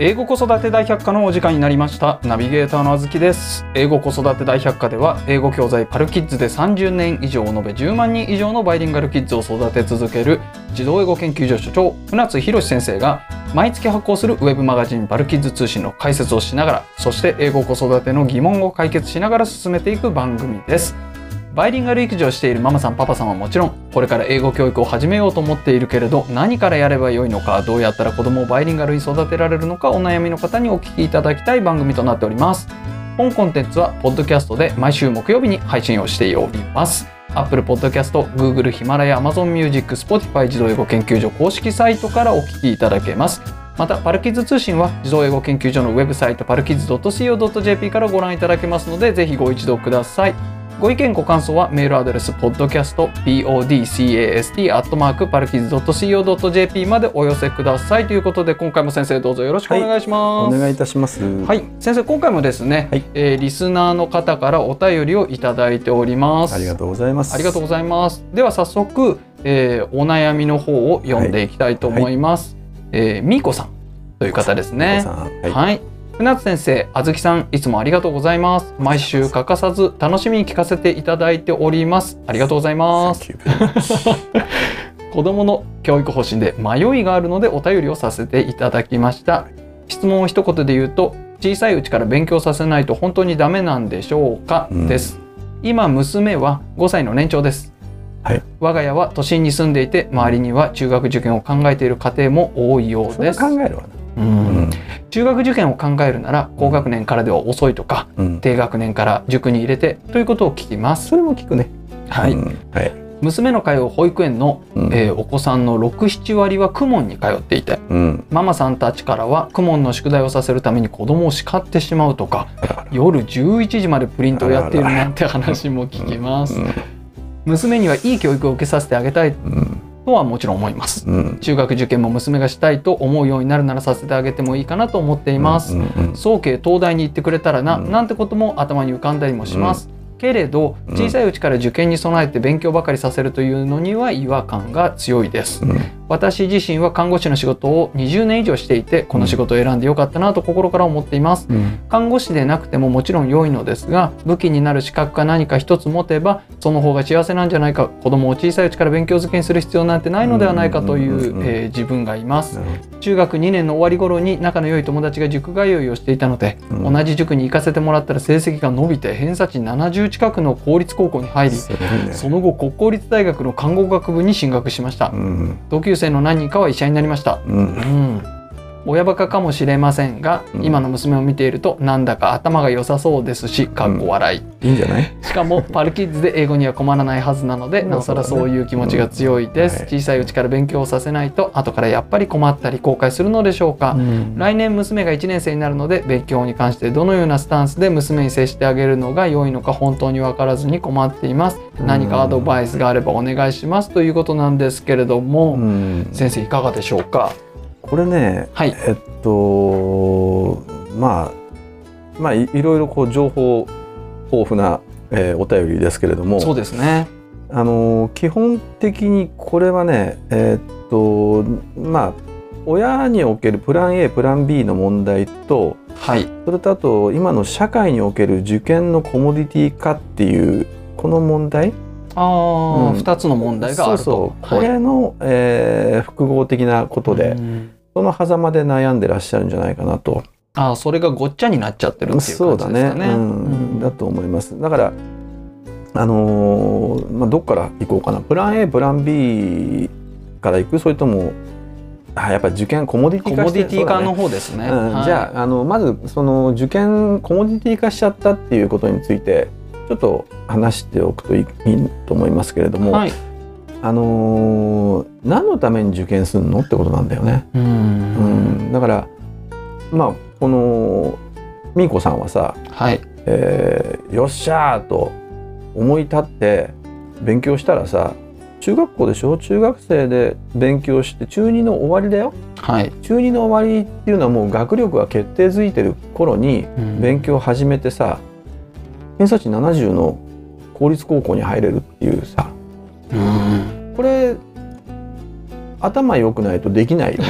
英語子育て大百科のお時間になりましたナビゲーターのあずきです英語子育て大百科では英語教材パルキッズで30年以上延べ10万人以上のバイリンガルキッズを育て続ける児童英語研究所所長船津博先生が毎月発行するウェブマガジンパルキッズ通信の解説をしながらそして英語子育ての疑問を解決しながら進めていく番組ですバイリンガル育児をしているママさんパパさんはもちろんこれから英語教育を始めようと思っているけれど何からやればよいのかどうやったら子供をバイリンガルに育てられるのかお悩みの方にお聞きいただきたい番組となっております本コンテンツはポッドキャストで毎週木曜日に配信をしております Apple Podcast、Google、ヒマラヤ、Amazon Music、Spotify 自動英語研究所公式サイトからお聞きいただけますまたパルキッズ通信は自動英語研究所のウェブサイトパルキッズ .co.jp からご覧いただけますのでぜひご一読くださいご意見ご感想はメールアドレス podcast podcast.co.jp までお寄せくださいということで今回も先生どうぞよろしくお願いしおます。願いいたします。は、はい先生今回もですね、はいえーリスナーの方からお便りをいただいております。ありがとうございます。ありがとうございます。では早速、えーお悩みの方を読んでいきたいと思います。えーみーこさんという方ですね。さんはい、はい、船津先生、あずきさん、いつもありがとうございます。毎週欠かさず楽しみに聞かせていただいております。ありがとうございます。 Thank you very much 子供の教育方針で迷いがあるのでお便りをさせていただきました質問を一言で言うと小さいうちから勉強させないと本当にダメなんでしょうか、うんです今娘は5歳の年長です、はい我が家は都心に住んでいて周りには中学受験を考えている家庭も多いようそれです、考えるわな。うんうん中学受験を考えるなら高学年からでは遅いとかうん。低学年から塾に入れてということを聞きますそれも聞くね。はい、うんはい。娘の通う保育園のうんえーお子さんの67割は公文に通っていてうん。ママさんたちからは公文の宿題をさせるために子供を叱ってしまうとかあらあら夜11時までプリントをやっているなんて話も聞きますうん娘にはいい教育を受けさせてあげたいとはもちろん思いますうん。中学受験も娘がしたいと思うようになるならさせてあげてもいいかなと思っていますうんうん早慶東大に行ってくれたらな、うんなんてことも頭に浮かんだりもします、けれどうん小さいうちから受験に備えて勉強ばかりさせるというのには違和感が強いですうん私自身は看護師の仕事を20年以上していてこの仕事を選んでよかったなと心から思っていますうん看護師でなくてももちろん良いのですが武器になる資格か何か一つ持てばその方が幸せなんじゃないか子供を小さいうちから勉強づけにする必要なんてないのではないかというんうんうんううんえー自分がいますなるほ中学2年の終わり頃に仲の良い友達が塾通いをしていたので、うん同じ塾に行かせてもらったら成績が伸びて偏差値70近くの公立高校に入どりすごいねその後国公立大学の看護学部に進学しました、うん同級生の何人かは医者になりましたううんん親バカかもしれませんが、うん今の娘を見ているとなんだか頭が良さそうですしかっこ笑い、いいんじゃないしか もパルキッズで英語には困らないはずなのでうんなおさらそういう気持ちが強いです、うんはい小さいうちから勉強させないと後からやっぱり困ったり後悔するのでしょうか、来年娘が1年生になるので勉強に関してどのようなスタンスで娘に接してあげるのが良いのか本当に分からずに困っていますうん何かアドバイスがあればお願いしますということなんですけれども、うん先生いかがでしょうかこれねはいえっとまあまあいいろいろこう情報豊富なえーお便りですけれどもそうですねあのー基本的にこれはねえーっとまあ親におけるプラン A プラン B の問題とはいそれとあと今の社会における受験のコモディティ化っていうこの問題ああ、うん2つの問題があるとそうそうこはいれの、えー複合的なことで、うんその狭間で悩んでらっしゃるんじゃないかなとああそれがごっちゃになっちゃってるっていうそう感じだですかねねうんうんだと思いますだからあのーまあ、どっから行こうかなプラン A プラン B から行くそれともあやっぱり受験コモディテコィ化モしてディティ化のそう方ですね、だねうんはいじゃああのまずその受験コモディティ化しちゃったっていうことについてちょっと話しておくといいいいと思いますけれども、はいあのー何のために受験するのってことなんだよね。ううんん、だからまあこのみーこさんはさ、はいえーよっしゃーと思い立って勉強したらさ中学校でしょ中学生で勉強して中2の終わりだよはい、中2の終わりっていうのはもう学力が決定づいてる頃にうん勉強を始めてさ偏差値70の公立高校に入れるっていうさうん これ頭良くないとできないよね。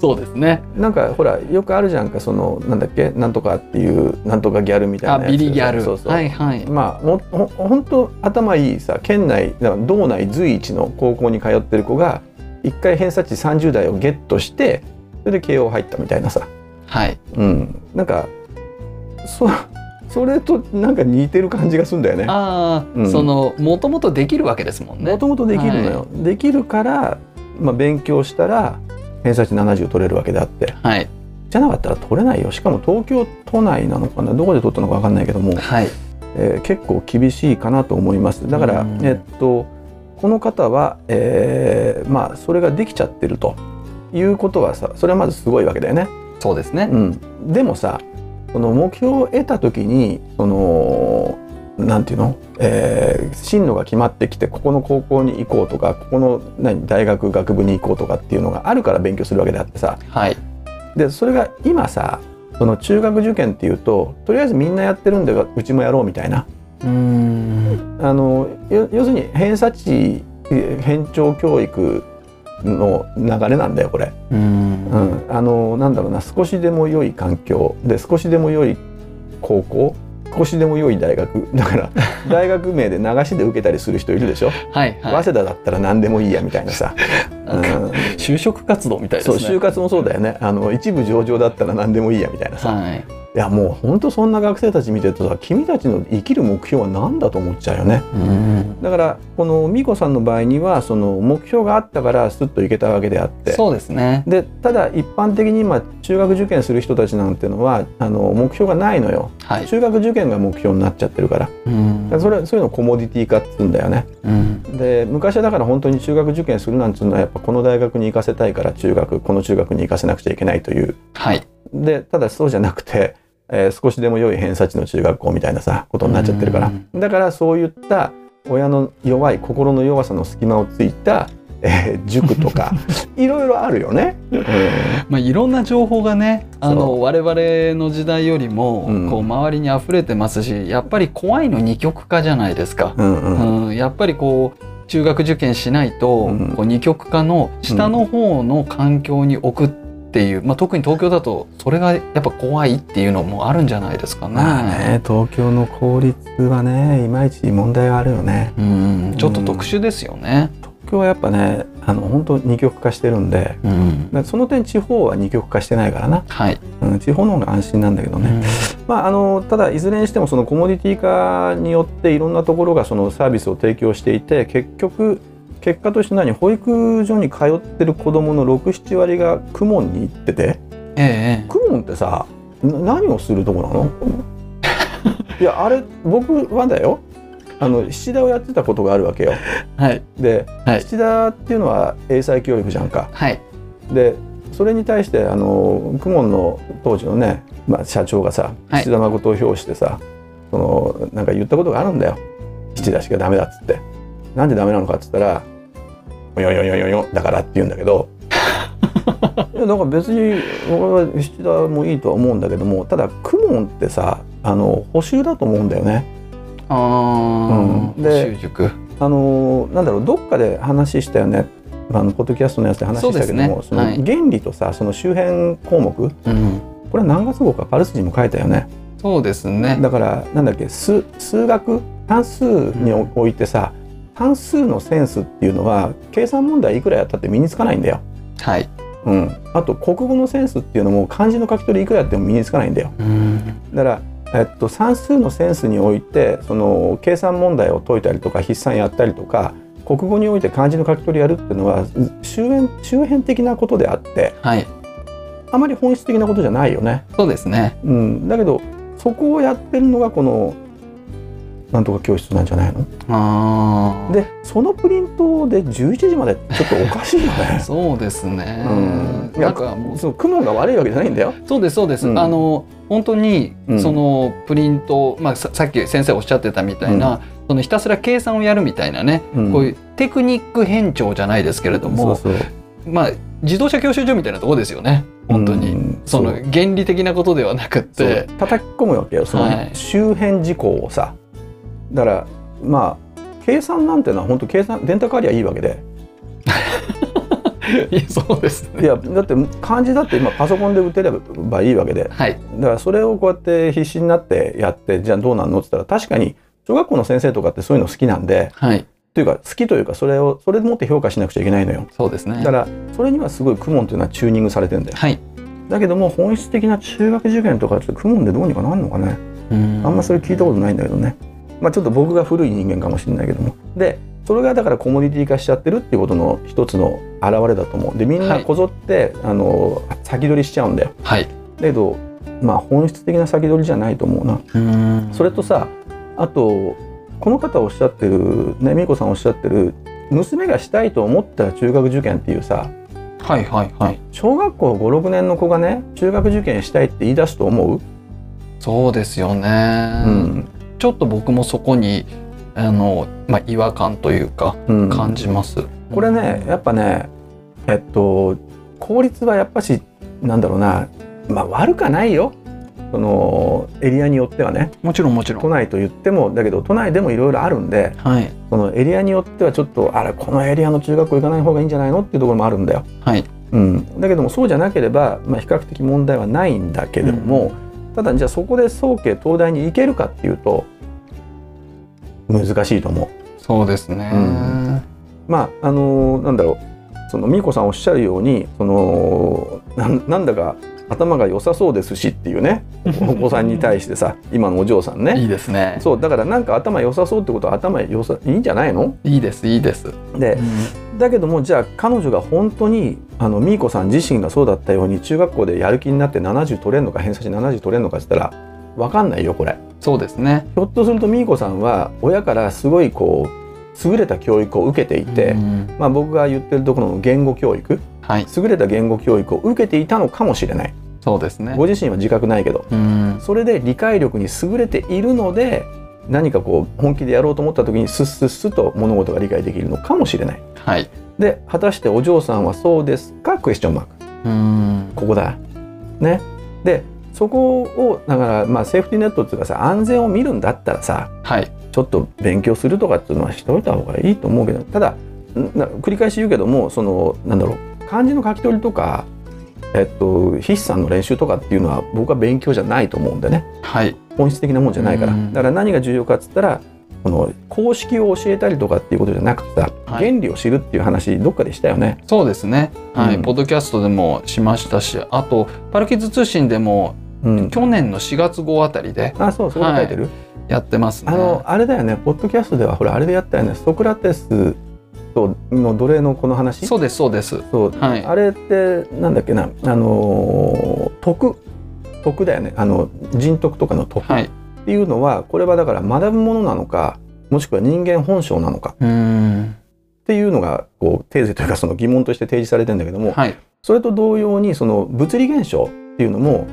そうですね。なんかほらよくあるじゃんかそのなんだっけなんとかっていうなんとかギャルみたいあ、なやつビリギャル。そうそう、はいはい。まあもほほんと頭いいさ県内だから道内随一の高校に通ってる子が一回偏差値30代をゲットしてそれで慶応入ったみたいなさ、はい。うん、なんかそそれとなんか似てる感じがするんだよね。ああ、うんそのもともとできるわけですもんねも。ともとできるのよ、できるから、まあ、勉強したら偏差値70取れるわけであってはいじゃなかったら取れないよしかも東京都内なのかなどこで取ったのか分かんないけども、はいえー結構厳しいかなと思いますだから、うんえっとこの方は、えーまあそれができちゃってるということはさそれはまずすごいわけだよね。そうですね。うん、でもさその目標を得た時にそのなんていうの、えー進路が決まってきてここの高校に行こうとかここの何大学学部に行こうとかっていうのがあるから勉強するわけであってさはいでそれが今さその中学受験っていうととりあえずみんなやってるんでうちもやろうみたいなうーんあのよ要するに偏差値えー偏重教育の流れなんだよこれ。うーんうん、あのなんだろうな少しでも良い環境で少しでも良い高校少しでも良い大学だから 大学名で流しで受けたりする人いるでしょ、はいは早稲田だったら何でもいいやみたい なさ、い。うなんかん、就職活動みたいですそうね。就活もそうだよねあの一部上場だったら何でもいいやみたいなさ、はい。いやもうほんとそんな学生たち見てるとさ君たちの生きる目標は何だと思っちゃうよね。うーんだからこの美子さんの場合にはその目標があったからスッといけたわけであってそうですね。でただ一般的に今中学受験する人たちなんてのはあの目標がないのよはい。中学受験が目標になっちゃってるからだかうーらんそれそういうのをコモディティ化っつうんだよねうんで昔はだから本当に中学受験するなんていうのはやっぱこの大学に行かせたいから中学この中学に行かせなくちゃいけないというはい。でただそうじゃなくて、えー少しでも良い偏差値の中学校みたいなさことになっちゃってるからうんだからそういった親の弱い心の弱さの隙間をついた、えー塾と かいろいろあるよね。うんまあいろんな情報がね、あその我々の時代よりもうんこう周りに溢れてますし、やっぱり怖いの二極化じゃないですか。うんうんうん、やっぱりこう中学受験しないと、うんこう二極化の下の方の環境に置くっていう、まあ、特に東京だとそれがやっぱ怖いっていうのもあるんじゃないですかね。まあね、東京の公立はね、いまいち問題があるよね。うん、ちょっと特殊ですよね。東京はやっぱね、あの本当二極化してるんで、うんだその点地方は二極化してないからな、はい、うん、地方の方が安心なんだけどね。まああのただいずれにしてもそのコモディティ化によっていろんなところがそのサービスを提供していて、結局結果として何保育所に通ってる子供の67割が公文に行っててええ公文ってさな何をするとこなのいやあれ僕はだよあの七田をやってたことがあるわけよはいで、はい七田っていうのは英才教育じゃんかはいでそれに対してあの公文の当時のね、まあ、社長がさはい七田誠を表してさ、そのなんか言ったことがあるんだよ七田しかダメだっつってなんでダメなのかっつったら「よよよよよだから」って言うんだ けどいやだから別に俺は七田もいいとは思うんだけどもただ公文ってさあの補習だと思うんだよね。あー、うんで習塾あのーなんだろうどっかで話したよねあのポッドキャストのやつで話したけどもそそうですねはいの原理とさその周辺項目うん、これ何月号かパルスジにも書いたよねそうですねだからなんだっけ数数学単数においてさ単数のセンスっていうのは計算問題いくらやったって身につかないんだよ、はい、うん、あと国語のセンスっていうのも漢字の書き取りいくらやっても身につかないんだようん、だから、えっと、算数のセンスにおいてその計算問題を解いたりとか筆算やったりとか国語において漢字の書き取りやるっていうのは周辺周辺的なことであってはいあまり本質的なことじゃないよね。そうですねうん、だけどそこをやってるのがこのなんとか教室なんじゃないのあでそのプリントで11時までちょっとおかしいよあ ね。そうですね、うんいやなんかもうそう雲が悪いわけじゃないんだよ。そうですそうです、うんあの本当にうんそのプリント、まあ、ささっき先生おっしゃってたみたいな、そのひたすら計算をやるみたいなね、うんこういうテクニック変調じゃないですけれどもそうそうまあ、自動車教習所みたいなところですよね本当に、うんそのう原理的なことではなくそうて叩き込むわけよそはいの周辺事項をさ、だからまあ計算なんてのは本当計算電卓ありゃいいわけでいやそうですいねやだって漢字だって今パソコンで打てればいいわけではいだからそれをこうやって必死になってやってじゃあどうなんのって言ったら確かに小学校の先生とかってそういうの好きなんではいというか好きというかそれをそれでもって評価しなくちゃいけないのよそうですねだからそれにはすごい公文というのはチューニングされてるんだよはいだけども本質的な中学受験とかちょっと公文でどうにかなんのかねあんあんまそれ聞いたことないんだけどねまあちょっと僕が古い人間かもしれないけどもでそれがだからコモディティ化しちゃってるっていうことの一つの表れだと思うでみんはないこぞって、あの先取りしちゃうんだよはいだけどまあ本質的な先取りじゃないと思うなそれとさあとこの方おっしゃってるね美子さんおっしゃってる娘がしたいと思ったら中学受験っていうさはいはいはい小学校56年の子がね中学受験したいって言い出すと思う、そうですよね、うんちょっと僕もそこにあの、まあ、違和感というかうん、感じます、これねやっぱねえっと効率はやっぱしなんだろうなまあ悪かないよそのエリアによってはねもちろんもちろ都ん内と言ってもだけど都内でもいろいろあるんではいそのエリアによってはちょっとあれこのエリアの中学校行かない方がいいんじゃないのっていうところもあるんだよ。はいうん、だけどもそうじゃなければ、まあ、比較的問題はないんだけれども、ただじゃあそこで早慶東大に行けるかっていうと難しいと思う。そうですね、うんまああのなんだろうその美子さんおっしゃるようにそのなんなんだか頭が良さそうですしっていう ねお子さんに対してさ今のお嬢さんいねいですねそうだからなんか頭良さそうってことは頭良さいいんじゃないのいいですいいです、でだけどもじゃあ彼女が本当にあの美子さん自身がそうだったように中学校でやる気になって70取れるのか偏差値70取れるのかって言ったら分かんないよこれ。そうですねひょっとすると美子さんは親からすごいこう優れた教育を受けていて。うんまあ、僕が言ってるところの言語教育はい優れた言語教育を受けていたのかもしれないそうですねご自身は自覚ないけどうんそれで理解力に優れているので何かこう本気でやろうと思った時にスッスッスッと物事が理解できるのかもしれないはいで果たしてお嬢さんはそうですかクエスチョンマークうんここだねでそこをだからまあセーフティーネットっていうかさ安全を見るんだったらさはいちょっと勉強するとかっていうのはしておいた方がいいと思うけどただんな繰り返し言うけどもそのなんだろう漢字の書き取りとか、えっと、筆算の練習とかっていうのは僕は勉強じゃないと思うんでねはい本質的なもんじゃないからうんだから何が重要かっつったらこの公式を教えたりとかっていうことじゃなくてさ、はい原理を知るっていう話どっかでしたよね。そうですねはい、うんポッドキャストでもしましたしあとパルキッズ通信でもうん、去年の4月号あたりであそうそこで書いてる、やってますねあのあれだよねポッドキャストではほらあれでやったよねソクラテスとの奴隷のこの話そうですそうですそうはいあれってなんだっけなあのー徳徳だよねあの人徳とかの徳はっいていうのは、これはだから学ぶものなのかもしくは人間本性なのかうんっていうのがこうテーゼというかその疑問として提示されてんだけども、はいそれと同様にその物理現象っていうのも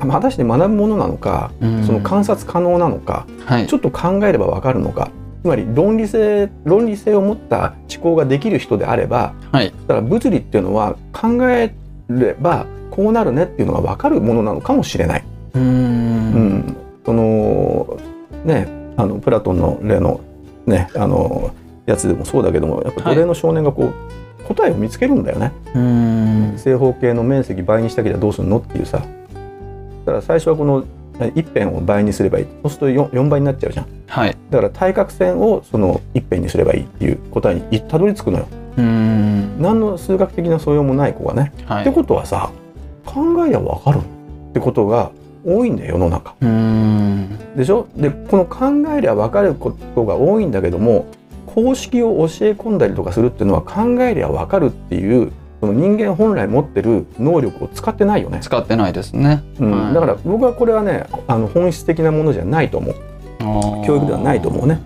果たして学ぶものなのかうんその観察可能なのか、はいちょっと考えればわかるのかつまり論理性論理性を持った思考ができる人であればはいだから物理っていうのは考えればこうなるねっていうのが分かるものなのかもしれない。ううんん、そのねあのプラトンの例のねあのやつでもそうだけどもやっぱはい奴隷の少年がこう、答えを見つけるんだよねうん正方形の面積倍にしたけりゃどうするのっていうさだから最初はこの一辺を倍にすればいいそうすると 4, 4倍になっちゃうじゃんはいだから対角線をその一辺にすればいいっていう答えにたどり着くのようん何の数学的な素養もない子がねはっていことはさ考えりゃ分かるってことが多いんだよ世の中うんでしょでこの考えりゃ分かることが多いんだけども公式を教え込んだりとかするっていうのは考えりゃ分かるっていうその人間本来持ってる能力を使ってないよね、使ってないですねうんはいだから僕はこれはねあの本質的なものじゃないと思う教教育ではないと思うね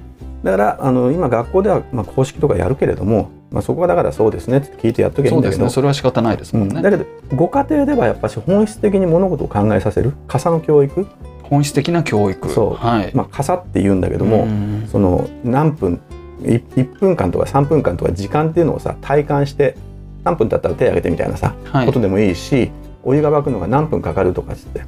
だからあの今学校では、まあ、公式とかやるけれども、まあ、そこはだからそうですねって聞いてやっときゃいいそんうでだけすどねそれは仕方ないですもんだねけどご家庭ではやっぱし本質的に物事を考えさせる傘の教育、本質的な教育そうはいまあ、傘って言うんだけどうも、んその何分い1分間とか3分間とか時間っていうのをさ体感して3分経ったら手挙げてみたいなさ、はいことでもいいしお湯が沸くのが何分かかるとかっつって、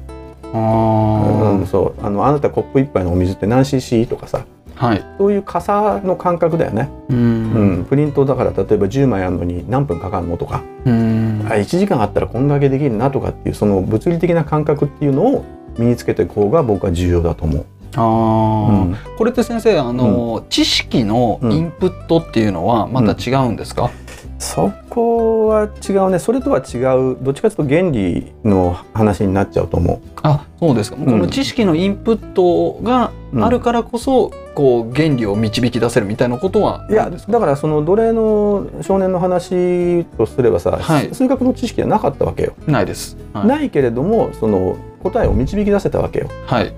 あうん、そうあのあなたコップ一杯のお水って何 cc とかさーはいそういう傘の感覚だよね、ううんうん、プリントだから例えば10枚あるのに何分かかるのとか、うんあ1時間あったらこんだけできるなとかっていうその物理的な感覚っていうのを身につけていく方が僕は重要だと思う。あーこれって先生あの、知識のインプットっていうのはまた違うんですか、そこは違うねそれとは違うどっちかというと原理の話になっちゃうと思あそうですか、んこの知識のインプットがう。うんあるからこそ、こう原理を導き出せるみたいなことはいやだからその奴隷の少年の話とすればさ、はい数学の知識はなかったわけよ。ないですはい、ないけれどもその答えを導き出せたわけよ。はい、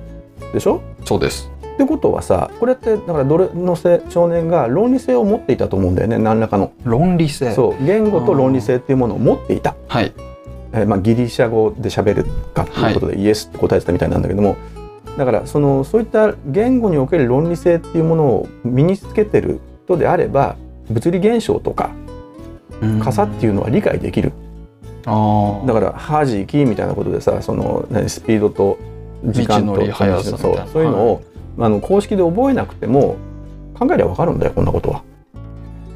でしょそうですってことはさこれってだから奴隷のせ少年が論理性を持っていたと思うんだよね何らかの。論理性そう言語と論理性っていうものを持っていた。はいえーまあ、ギリシャ語で喋るかっていうことで、イエスって答えてたみたいなんだけどもだからそのそういった言語における論理性っていうものを身につけてる人であれば物理現象とか傘っていううのは理解できる、ああだからハージーキーみたいなことでさその何スピードと時間道とのり速さみたそいうなそういうのを、あの公式で覚えなくても考えりゃわかるんだよこんなことは。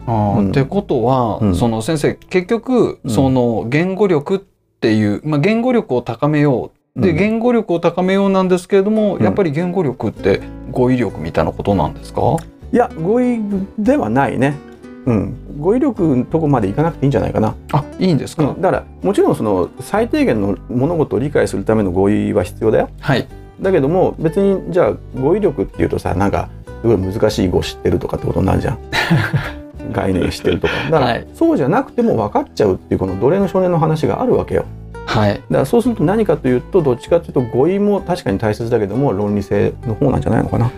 あーうんってことは、うんその先生結局、うんその言語力っていう、まあ、言語力を高めようで、うん言語力を高めようなんですけれども、うんやっぱり言語力って語彙力みたいなことなんですか、いや語彙ではないね。うん、語彙力のとこまでいかなくていいんじゃないかな。あいいんですか、うん、だからもちろんその最低限の物事を理解するための合意は必要だよはいだけども別にじゃあ語彙力っていうとさなんかすごい難しい語知ってるとかってことになるじ ゃん概念知ってるとかだから、はいそうじゃなくても分かっちゃうっていうこの奴隷の少年の話があるわけよはいだからそうすると何かというとどっちかというと語彙も確かに大切だけども論理性の方なんじゃないのかな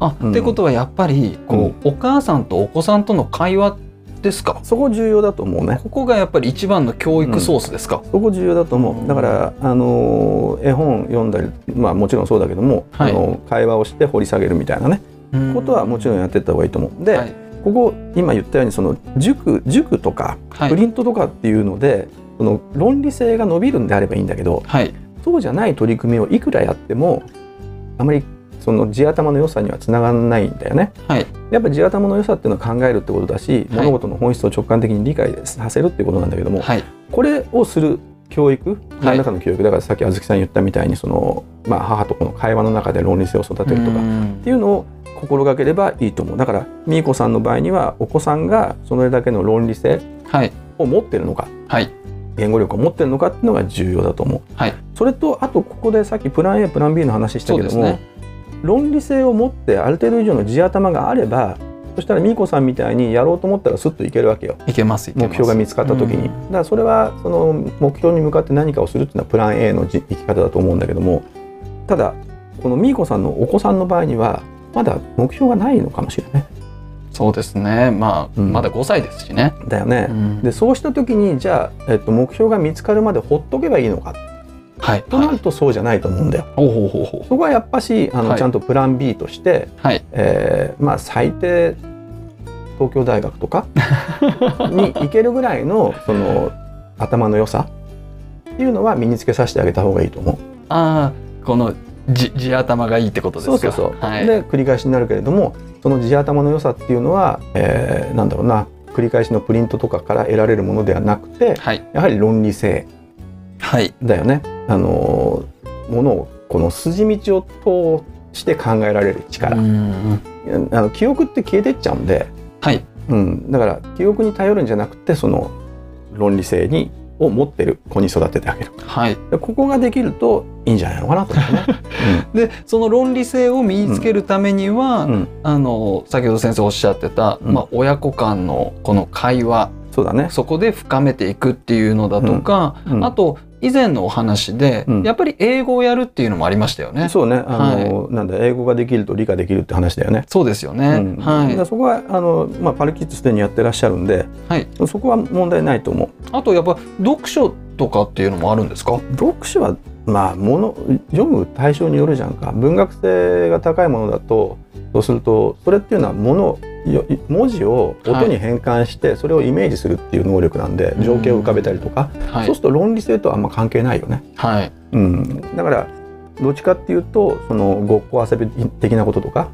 あ、うんってことはやっぱりこう、お母さんとお子さんとの会話ですかそこ重要だと思うねここがやっぱり一番の教育ソースですか、そこ重要だと思うだから、あのー絵本読んだりまあもちろんそうだけども、はいあの会話をして掘り下げるみたいなねうんことはもちろんやってった方がいいと思う。で、はいここ今言ったようにその塾塾とかはプいリントとかっていうので、その論理性が伸びるんであればいいんだけどはいそうじゃない取り組みをいくらやってもあまりその地頭の良さにはつながらないんだよね。はいやっぱ地頭の良さっていうのは考えるってことだし、はい物事の本質を直感的に理解させるっていうことなんだけども、はいこれをする教育い何らかの教育、だからさっきあずきさん言ったみたいにその、まあ、母と子の会話の中で論理性を育てるとかうんっていうのを心がければいいと思うだからみーこさんの場合にはお子さんがそれだけの論理性はいを持ってるのかはい言語力を持ってるのかっていうのが重要だと思う、はいそれとあとここでさっきプラン A プラン B の話したけどそうも、ですね論理性を持ってある程度以上の地頭があればそしたらみーこさんみたいにやろうと思ったらスッといけるわけよいけますいけます目標が見つかった時に、うだからそれはその目標に向かって何かをするっていうのはプラン A のじ生き方だと思うんだけどもただこのみーこさんのお子さんの場合にはまだ目標がないのかもしれないそうですねまあ、うんまだ5歳ですしね、だよね、でそうした時にじゃあ、えっと、目標が見つかるまでほっとけばいいのかはいとなはいるとそうじゃないと思うんだよ。ほうほうほうほうそこはやっぱしあの、はいちゃんとプラン B として、はいえーまあ、最低東京大学 とかに行けるぐらいのその頭の良さっていうのは身につけさせてあげた方がいいと思う。ああこのじ地頭がいいってことですそうかそうそう。はい、で繰り返しになるけれどもその地頭の良さっていうのは、えーなんだろうな繰り返しのプリントとかから得られるものではなくてはいやはり論理性はいだよね。あのーものをこの筋道を通して考えられる力、うんあの記憶って消えてっちゃうんで、はいうん、だから記憶に頼るんじゃなくてその論理性にを持ってる子に育ててあげるはいでここができるといいんじゃないのかなと思 うね、でその論理性を身につけるためには、うんうんあの先ほど先生おっしゃってた、うんまあ、親子間のこの会話そうだねそこで深めていくっていうのだとか、うんうんあと以前のお話で、うんやっぱり英語をやるっていうのもありましたよね。そうねあの、なんだ英語ができると理科できるって話だよね。そうですよね。うんはだからい、そこはあの、まあ、パルキッズすでにやってらっしゃるんではい、そこは問題ないと思う。あとやっぱ読書とかっていうのもあるんですか。読書はまあもの読む対象によるじゃんか文学性が高いものだとそうするとそれっていうのはものよ文字を音に変換してそれをイメージするっていう能力なんで、うん情景を浮かべたりとか、はそういすると論理性とはあんま関係ないよね。はいうん、だからどっちかっていうとそのごっこ遊び的なこととか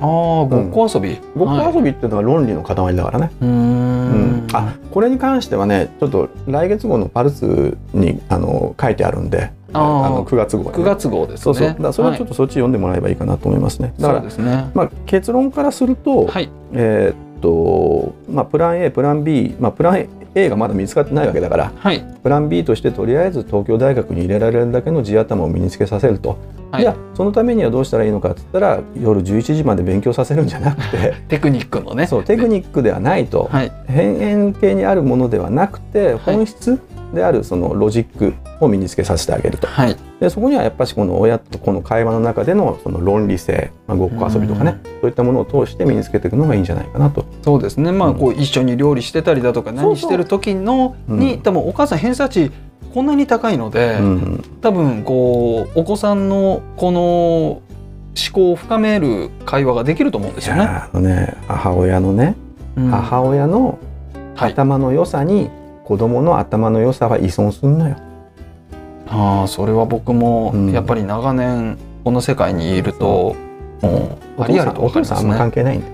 ああごっこ遊び、ごっはいこ遊びっていうのは論理の塊だからね、うーんうんあこれに関してはねちょっと来月号のパルスにあの書いてあるんであーあの9月号にね9月号ですねそうそうだからそれはちょっと、とそっち読んでもらえばいいかなと思いますね、だからそうですねまあ、結論からすると、はいえーっとまあ、プラン A プラン B、まあ、プラン A がまだ見つかってないわけだからはいプラン B としてとりあえず東京大学に入れられるだけの地頭を身につけさせると、はいい、やそのためにはどうしたらいいのかって言ったら夜11時まで勉強させるんじゃな くてテクニックのねそうテクニックではないと、はい変円形にあるものではなくてはい本質であるそのロジックを身につけさせてあげるとはいでそこにはやっぱしこの親とこの会話の中でのその論理性、まあ、ごっこ遊びとかねそういったものを通して身につけていくのがいいんじゃないかなとそうですねまあうんこう一緒に料理してたりだとかうそう何してる時のうにん多分お母さん偏差値こんなに高いので、うん多分こうお子さんのこの思考を深める会話ができると思うんでいすよね。やあのね母親のね、うん母親のはい、頭の良さに子供の頭の良さは依存すんのよ。ああそれは僕もうんやっぱり長年この世界にいると、もうおあり父ありさんと分おか父りさまんあすんまね関。係ないんだ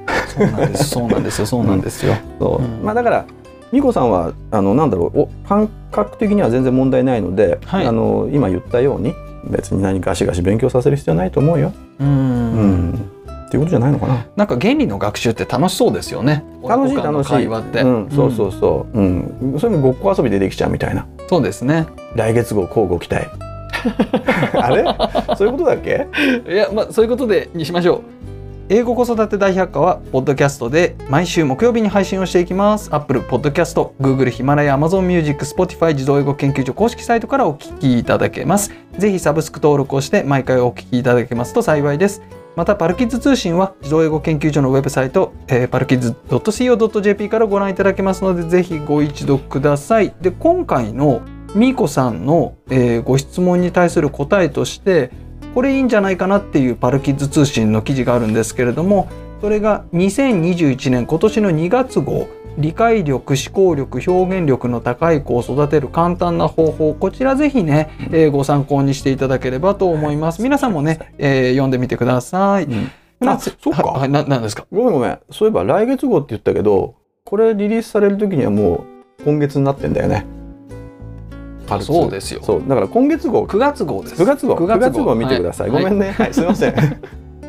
よ。そうなんですそうなんですよそうなんですよ。そううんまあだから美子さんはあのなんだろうお感覚的には全然問題ないので、はいあの今言ったように別に何ガシガシ勉強させる必要ないと思うよ。ううんん、っていうことじゃないのかな。なんか原理の学習って楽しそうですよね。楽しい親子間の楽しい。会話って、うん、そうそうそう。うん、それもごっこ遊びでできちゃうみたいうな。んそうですね。来月号交互期待。 あれそういうことだっけ？いやまあそういうことでにしましょう。英語子育て大百科はポッドキャストで毎週木曜日に配信をしていきます。Apple Podcast、Google ヒマラヤ、Amazon Music、Spotify 自動英語研究所公式サイトからお聞きいただけます。ぜひサブスク登録をして毎回お聞きいただけますと幸いです。またパルキッズ通信は自動英語研究所のウェブサイト、えー、パルキッズ .co.jp からご覧いただけますのでぜひご一読ください。で今回のみーこさんの、えーご質問に対する答えとしてこれいいんじゃないかなっていうパルキッズ通信の記事があるんですけれどもそれが2021年今年の2月号理解力思考力表現力の高い子を育てる簡単な方法こちらぜひね、えーご参考にしていただければと思います皆さんもね、えー読んでみてくださいあそうかははい、ななんですかごめんごめん。そういえば来月号って言ったけど、これリリースされる時にはもう今月になってんだよね。パルツそうですよそうだから今月号9月号です9月号9 9月号月号見てください。はいごめんね。はい、すいません。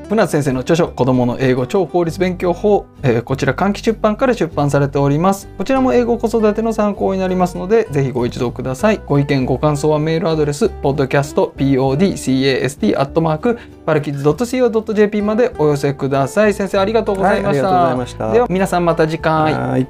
船津先生の著書「子どもの英語超効率勉強法、えーこちら換気出版から出版されておりますこちらも英語子育ての参考になりますのでぜひご一読くださいご意見ご感想はメールアドレス podcastpodcast.co.jp までお寄せください先生ありがとうございました,、はいありがとうございましたでは皆さんまた次回はい